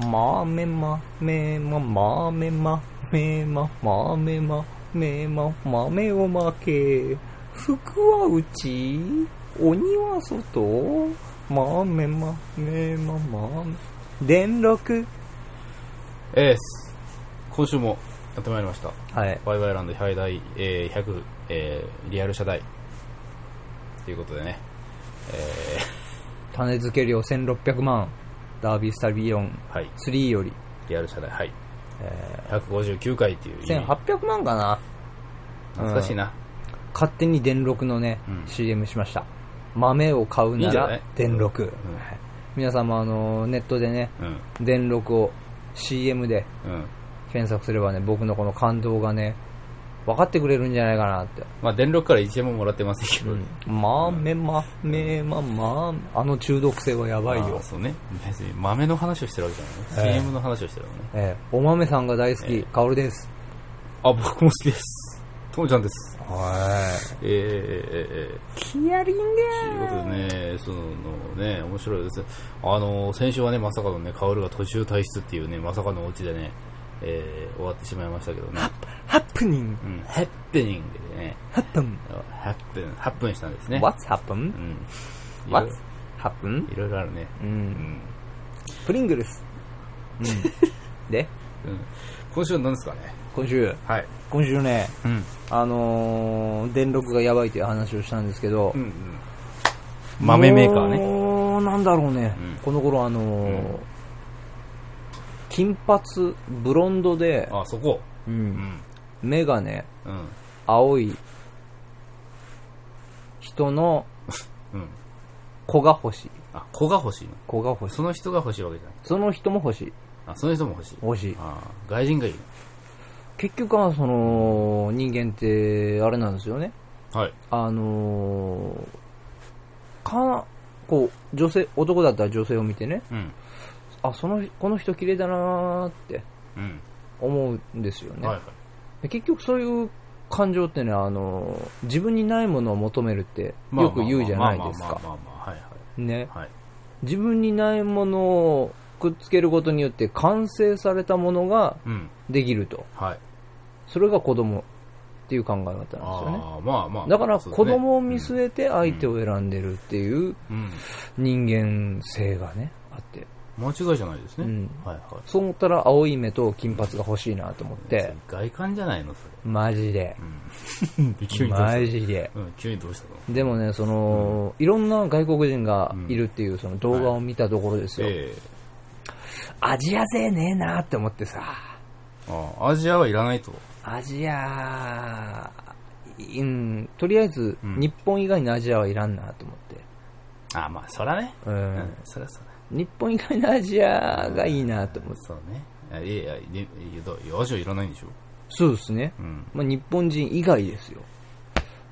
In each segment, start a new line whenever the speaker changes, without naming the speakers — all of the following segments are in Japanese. まめまめままめまめままめまめま豆をまけ福は内鬼は外まめまめまま電録
えーす今週もやってまいりました
はい
ワイワイランド100台、えー100、えーリアル車台ということでね、
種付け量1600万ダービースタビオン
はい、
3より
リアル車台、はい、159回っていう意味、
1800万かな
懐かしいな、
勝手に電録のね、
うん
CM しました豆を買う
いいん
な
じゃな
ら
い
電録、
ん
はい皆さんもあのネットでね
うん、うん、
電録を CM で検索すればね僕のこの感動がね分かってくれるんじゃないかなって、
まあ、電力から1円ももらってませんけど、
豆豆豆あの中毒性はやばい
あ
よ
ー、そうね、別に豆の話をしてるわけじゃない、
ええ
CM の話をしてるのね、
ええお豆さんが大好
え
き、
え
カオルです
あ、僕も好きです、ともちゃんです、
は
えー、えー、えー、
いヒアリング
ということでね、そのね、面白いです。あの、先週はね、まさかのね、カオルが途中退出っていうね、まさかのオチでね、えー終わってしまいましたけどね。
ハプニング
うん、ハッペニングでね、
ハプン
ハッペン、ハップンしたんですね。
What's happen?
うん。いろい
What's happen?
ろいろあるね。
う
うんん。
プリングルス、うん、 で
うん今週は何ですかね
今週
はい。
今週ね
うん。
あのー電力がやばいという話をしたんですけど、
うんうん。豆メーカーね。
もうなんだろうね、
うん
この頃あのー
うん
金髪ブロンドで、
あ、そこ。
う、
うんん。
目がね
うん。
青い人の
うん。
子が欲しい
あ、子が欲しいの。
子が欲しい
その人が欲しいわけじゃない。
その人も欲しい
あ、その人も欲しい。
欲しい
あー外人がいい
結局はその人間ってあれなんですよね
の。はい。
あのーかこう女性男だったら女性を見てね
うん。
あそのこの人綺麗だなーって
うん。
思うんですよね、
はいはい。
で結局そういう感情ってねあのー自分にないものを求めるってよく言うじゃないですか
まあまあまあまあまあまあはい
ね
はい。はい。
自分にないものをくっつけることによって完成されたものが
うん。
できると
はい。
それが子供っていう考え方なんですよね
ああ、まあまあ。
だから
そ
子
うですね
供を見据えて相手を選んでるっていう
うん。
人間性がねあって
間違いじゃないですね。
うん
はいはい。
そう思ったら青い目と金髪が欲しいなと思って
外観じゃないの、そ
マジで
れ。うん。急にどう
マ
し
ジで
たのうん、急にどうしたの
でもねその、いろんな外国人がいるっていうその動画を見たところですよ、
ええ。
アジア勢ねえなって思ってさ
ああ、アジアはいらないと。
アジアうんとりあえず
うん
日本以外のアジアはいらんなと思って、
ああ、まあ、そらね。
う
うんん、そらそら。
日本以外のアジアがいいなと思って
そうね。あいやいや、いやいやアジアいらないんでしょ。
そうですね
うん。
まあ、日本人以外ですよ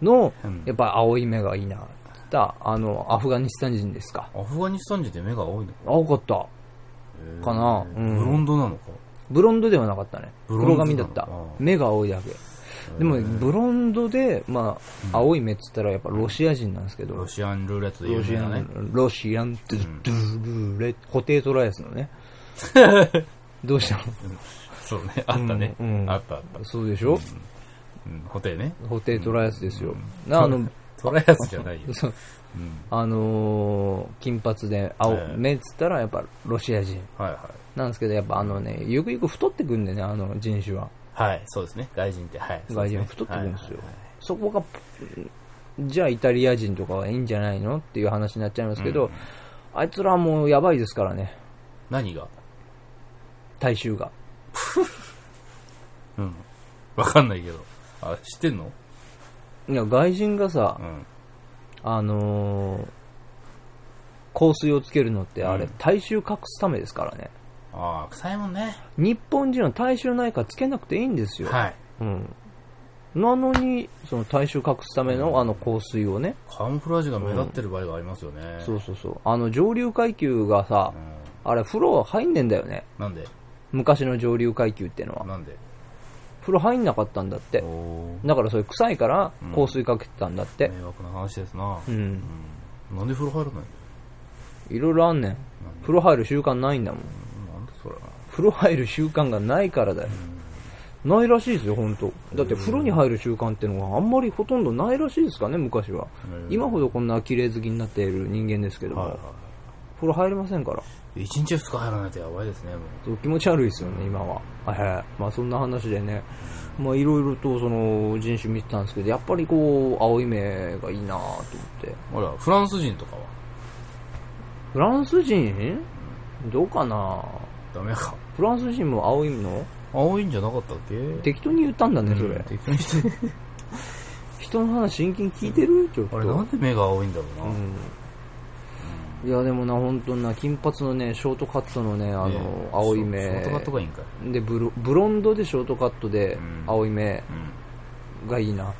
の
うん
やっぱ青い目がいいなって言ったあのアフガニスタン人ですか
アフガニスタン人って目が青いのか
青かった
ええ
かなうん
ブロンドなのか。
ブロンドではなかったね
ブロ
黒
ンドな
髪
の
だった
ああ
目が青いだけでもねブロンドで、まあ、青い目っつったらやっぱロシア人なんですけど
ロシアンルーレットで
ロ
有
シ
名
ア
なね。
ンロシアンドゥドゥルーレ固定トライアスの ねどうしたの
そうね、 あったね。
うんうん
あったあった。
そうでしょ
うん、ホテルね。
固定トライアスですよなあの
トライアスじゃない よ。
そう
うん。
あのー金髪で青
ええ
目っつったらやっぱロシア人
はいは。
なんですけどやっぱあのねゆくゆく太ってくんでねあの人種はい
はい、そうですね。外人って、はい。
外人は
そ
太
う
っ
で
てく
すね
るんですよそこがじゃあイタリア人とかはいいんじゃないのっていう話になっちゃいますけど、
うん
あいつらはもうやばいですからね
何が
大衆が
うん。わかんないけど。あ、知ってんの
いや外人がさ、
うん。
あのー香水をつけるのってあれ、
うん
体臭隠すためですからね
ああ、臭いもんね。
日本人は体臭ないからつけなくていいんですよ、
はい。
うん、なのにその体臭隠すためのあの香水をね、
カモフラージュが目立ってる場合がありますよね。
そうそうそうあの上流階級がさ
う、ん。
あれ風呂入んねんだよね
なんで
昔の上流階級ってのは
なんで
風呂入んなかったんだって
おお。
だからそれ臭いから
うん
香水かけてたんだって
迷惑な話ですな。
う
うんんなんで風呂入らないの
いろいろあんねん風呂入る習慣ないんだもん
うんなんだそら。
風呂入る習慣がないからだよ。ないらしいですよ、本当。だって風呂に入る習慣っていうのはあんまりほとんどないらしいですかね、昔は。
うん
今ほどこんな綺麗好きになっている人間ですけど
はいは
も、風呂入れませんから。
い。一日二日入らないとやばいですね、も
そう気持ち悪いですよね、今は。ええまあそんな話でね、まあいろいろとその人種見てたんですけど、やっぱりこう、青い目がいいなと思って。
う。ほら、フランス人とかは
フランス人どうかな
ダメか。
フランス人も青いの
青いんじゃなかったっけ
適当に言ったんだね、そ
うん
れ。
適当にして
人の話真剣に聞いてるちょっ
あ
と。
れ、なんで目が青いんだろうな。
うん、いやでもな本当にな金髪のねショートカットのねあの、
ねえ
青い
ショ
目
ートカットがいいんかい。
でブロブロンドでショートカットで
うん
青い目
うん。
がいいな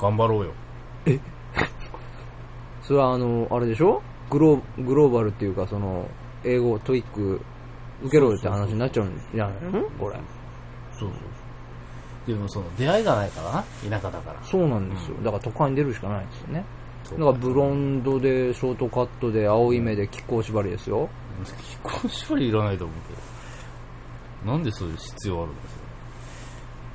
頑張ろうよ。
それはあのあれでしょグローグローバルっていうかその英語トイック受けろよって話になっちゃうんじゃないのこれ
そうそうそう。でもその出会いがないからな、田舎だから。
そうなんですよだから都会に出るしかないんですよね
そ
だ
う
からブロンドでショートカットで青い目で亀甲縛りですよ
飛行縛りいらないと思うけど。なんでそういう必要あるんですか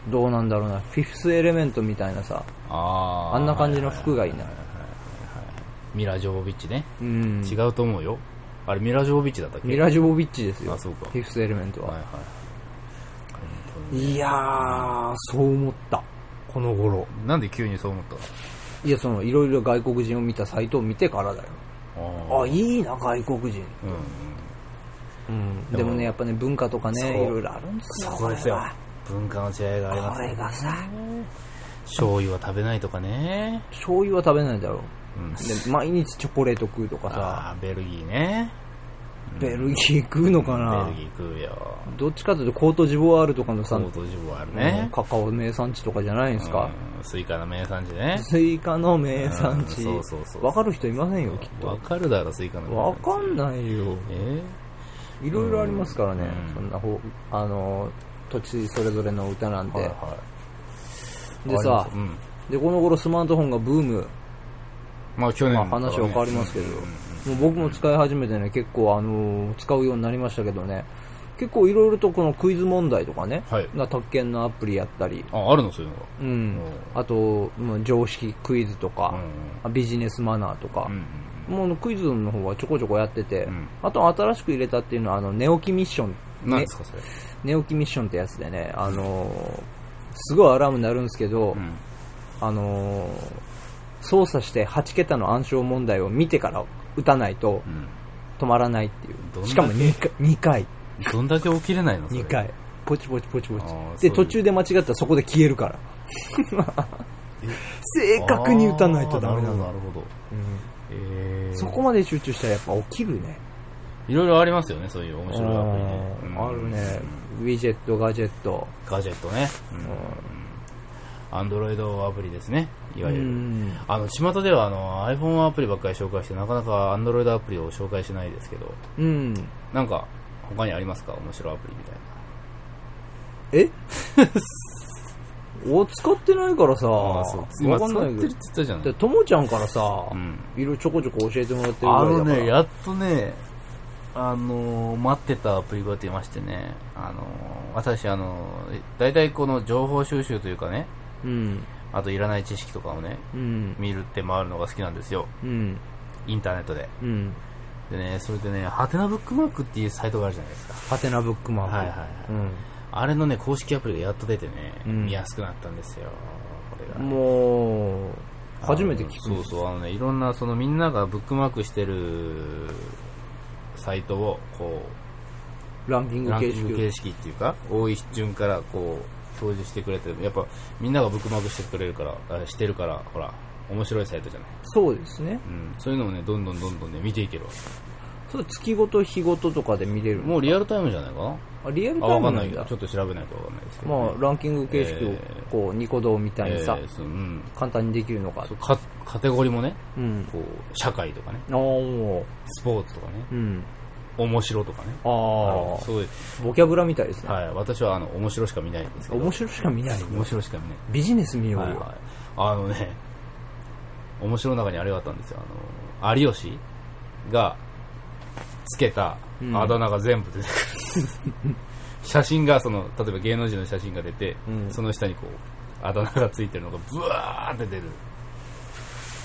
どうなんだろうなフィフスエレメントみたいなさ
あー
あんな感じの服がいいな
ミラ・ジョービッチね。
うん
違うと思うよ。あれ、ミラ・ジョービッチだったっけ
ミラジョボビッチですよ。
あそうか
フィフスエレメントは。
はいはい。本当に
い、やー、そう思った。この頃。
なんで急にそう思った
いや、その、いろいろ外国人を見たサイトを見てからだよ。
の
あ、
い。
いいな、外国人。
うん。
うん。でもね、やっぱね、文化とかね、
そう
いろいろあるんです
そ
よ。
こですよ
これは。
文化の違いがあります
これがさ、
醤油は食べないとかね。
醤油は食べないだろ
うん。
う。で、毎日チョコレート食うとかさ、
あーベルギーね。
ベルギー食うのかな
ベルギー食うよ。
どっちかというと、コートジボワールとかの
コ
さ、
ートジボワールね。
カカオ名産地とかじゃないんですか。
うんスイカの名産地ね。
スイカの名産地。
うんそうそうそう
わかる人いませんよ、きっと
わ。かるだろ、スイカの名
わ
産地。
かんないよ。
え
いろいろありますからね、
うん
そんなほあの土地それぞれの歌なん
ー
て、
はい
で
わ
さ
かりますうん。
でこの頃スマートフォンがブーム、
まあ去年
ま
の
あ、話は変わりますけど、
うんうん
もう僕も使い始めてね結構あの使うようになりましたけどね結構いろいろとこのクイズ問題とかね、
はい
が宅建のアプリやったり、
あ、あるの、そういうの
うん
お
あと、うん常識クイズと
が。
か、ビジネスマナーとか
うんう、ん。
もうクイズの方はちょこちょこやってて、
うん
あと新しく入れたっていうのはあの寝起きミッション
うん。何ですか、それ。
寝起きミッションってやつでね、あのーすごいアラーム鳴るんですけど、
うん。
あのー操作して8桁の暗証問題を見てから打たないと
うん。
止まらないってい
ど
う。
んだけ
しかも 2, 回2回、
どんだけ起きれないの、それ。
2回。ポチポチポチポ
あー
チ。で、
そうい
途
う
中で間違ったらそこで消えるから。正確に打たないとダメな
あ
の。
ーなるほど。なるほど
うん
えー
そこまで集中したらやっぱ起きるね。
いろいろありますよね、そういう面白いアプリね
う。
うん
んあるね。ウィジェット、ガジェット。
ガジェットね。アンドロイドアプリですね、いわゆ
う
る。
ん
あの、巷ではあの iPhone アプリばっかり紹介して、なかなか Android アプリを紹介しないですけど、
うん。
なんか、他にありますか面白いアプリみたい
え
な。
お使ってないからさ、
あ
わ
そう
かん
使っ
な
て
い
るっ
け
て言ったじゃん。
ど。ともちゃんからさ、
うん
いろいろちょこちょこ教えてもらってる
あ
ぐらいだ
の
から。
ね、やっとね、あのー待ってたアプリが出ましてね、あのー私、あのー大体この情報収集というかね、
うん。
あといらない知識とかをね、
うん。
見るって回るのが好きなんですよ。
うん。
インターネットで。
うん。
でね、それでね、ハテナブックマークっていうサイトがあるじゃないですか。
ハテナブックマン。
はいはいはい
うん
あれのね、公式アプリがやっと出てね、
うん
見やすくなったんですよ。これがね
もう、初めて聞
あの
く。
そうそうあのねいろんなそのみんながブックマークしてるサイトをこ
ランキン
う
グ
ランキ
形
ング
式。
形式っていうか多い順からこう表示してくれてやっぱみんながブックマークしてくれるからあしてるからほら面白いサイトじゃない、
そうですね。
うん、そういうのをねどんどんどんどんね見ていけるわ
それ月ごと日ごととかで見れるの
もうリアルタイムじゃないかな
あリアルタ
あ
イ
わ
ム
かん
な
ない
ん
け
だ
どちょ。っと調べないとわかんないですけど、
まあ、ランキング形式を
え、
こう、ニコ動みたいにさ
え、ーそううん、
簡単にできるのか
そ。うカカテゴリーもね
うん。
こう社会とかね
ああ、も
スポーツとかね
う。うん。
面白とかね
ああ
あ。すごい
ボキャブラみたいですね。
はい、私はあの面白しか見ないんですけど
面白しか見ないよ。
面白しか見ない
ビジネス見よう
はい
よ。
はい、あのね面白の中にあれがあったんですよあの有吉がつけた
うん
あだ名が全部出てくる、 写真がその例えば芸能人の写真が出て、
うん
その下にこうあだ名がついてるのがブワーって出る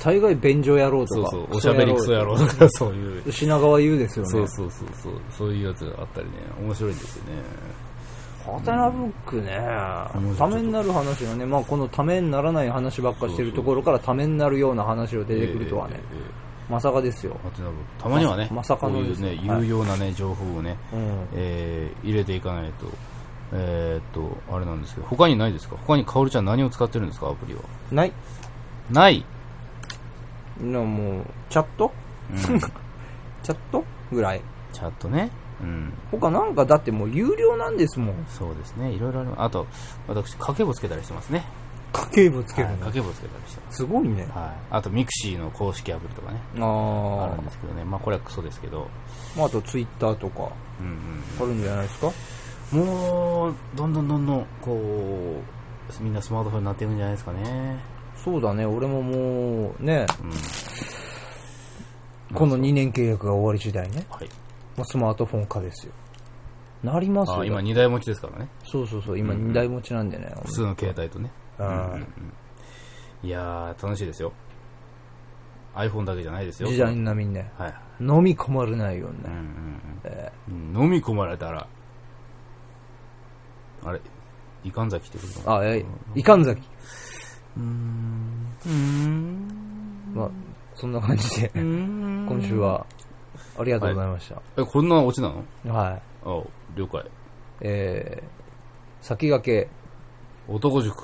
大概便所野郎
そ
と
う
か。
そうおしゃべりクソ野郎と
とか
か そういう
品川優ですよね。
そうそうそうそうそういうやつがあったりね面白いんですよね
ハテナブックね
うん、
ためになる話がね、まあ、このためにならない話ばっかしてるところからためになるような話を出てくるとはね、
えええええ
まさかですよ
え。ハテナブックたまにはね、
ままさかの
こうい
で
う
すね
ね
はい
有用なね、情報をね、
うん、
えー入れていかないとえーっとあれなんですけど他にないですか他にかおるちゃん何を使ってるんですかアプリは
ない
ない、
なもう、チャット
うん、チ
チャットぐらい。
ャットねうん
他なんかだってもう有料なんですもん。
そうですね、いろいろあります。あと、私、家計簿つけたりしてますね。
家計簿つける
はい
の、
家計簿つけたりしてます。
すごいね。
はい。あと、ミクシーの公式アプリとかね、あ
あ
るんですけどね。まあ、これはクソですけど。
あ、まあ、あとツイッターとか
うん
あるんじゃないですか
うん。もう、どんどんどんどん、こう、みんなスマートフォンになっていくんじゃないですかね。
そうだね、俺ももう、ね、
うん。
この2年契約が終わり次第ね、
はい。
まあ、スマートフォン化ですよ。なります
あ
よ。
今、二台持ちですからね。
そうそうそう、今
うん
2台持ちなんでね。
普通の携帯とね。
う
うん
ん
いやー、楽しいですよ。iPhone だけじゃないですよ。
時代。並みにね、
はい。
飲み込まれないように
うんう
ね。
んうん。
え
うん飲み込まれたら、あれ、いかんざきってこと
ーあ、えー、いかんざき。
うーん。うーん。
まあ、そんな感じで、今週。は、ありがとうございました。
え、こんなオチなの
はい。
あ了解。
えー、先駆け、
男塾。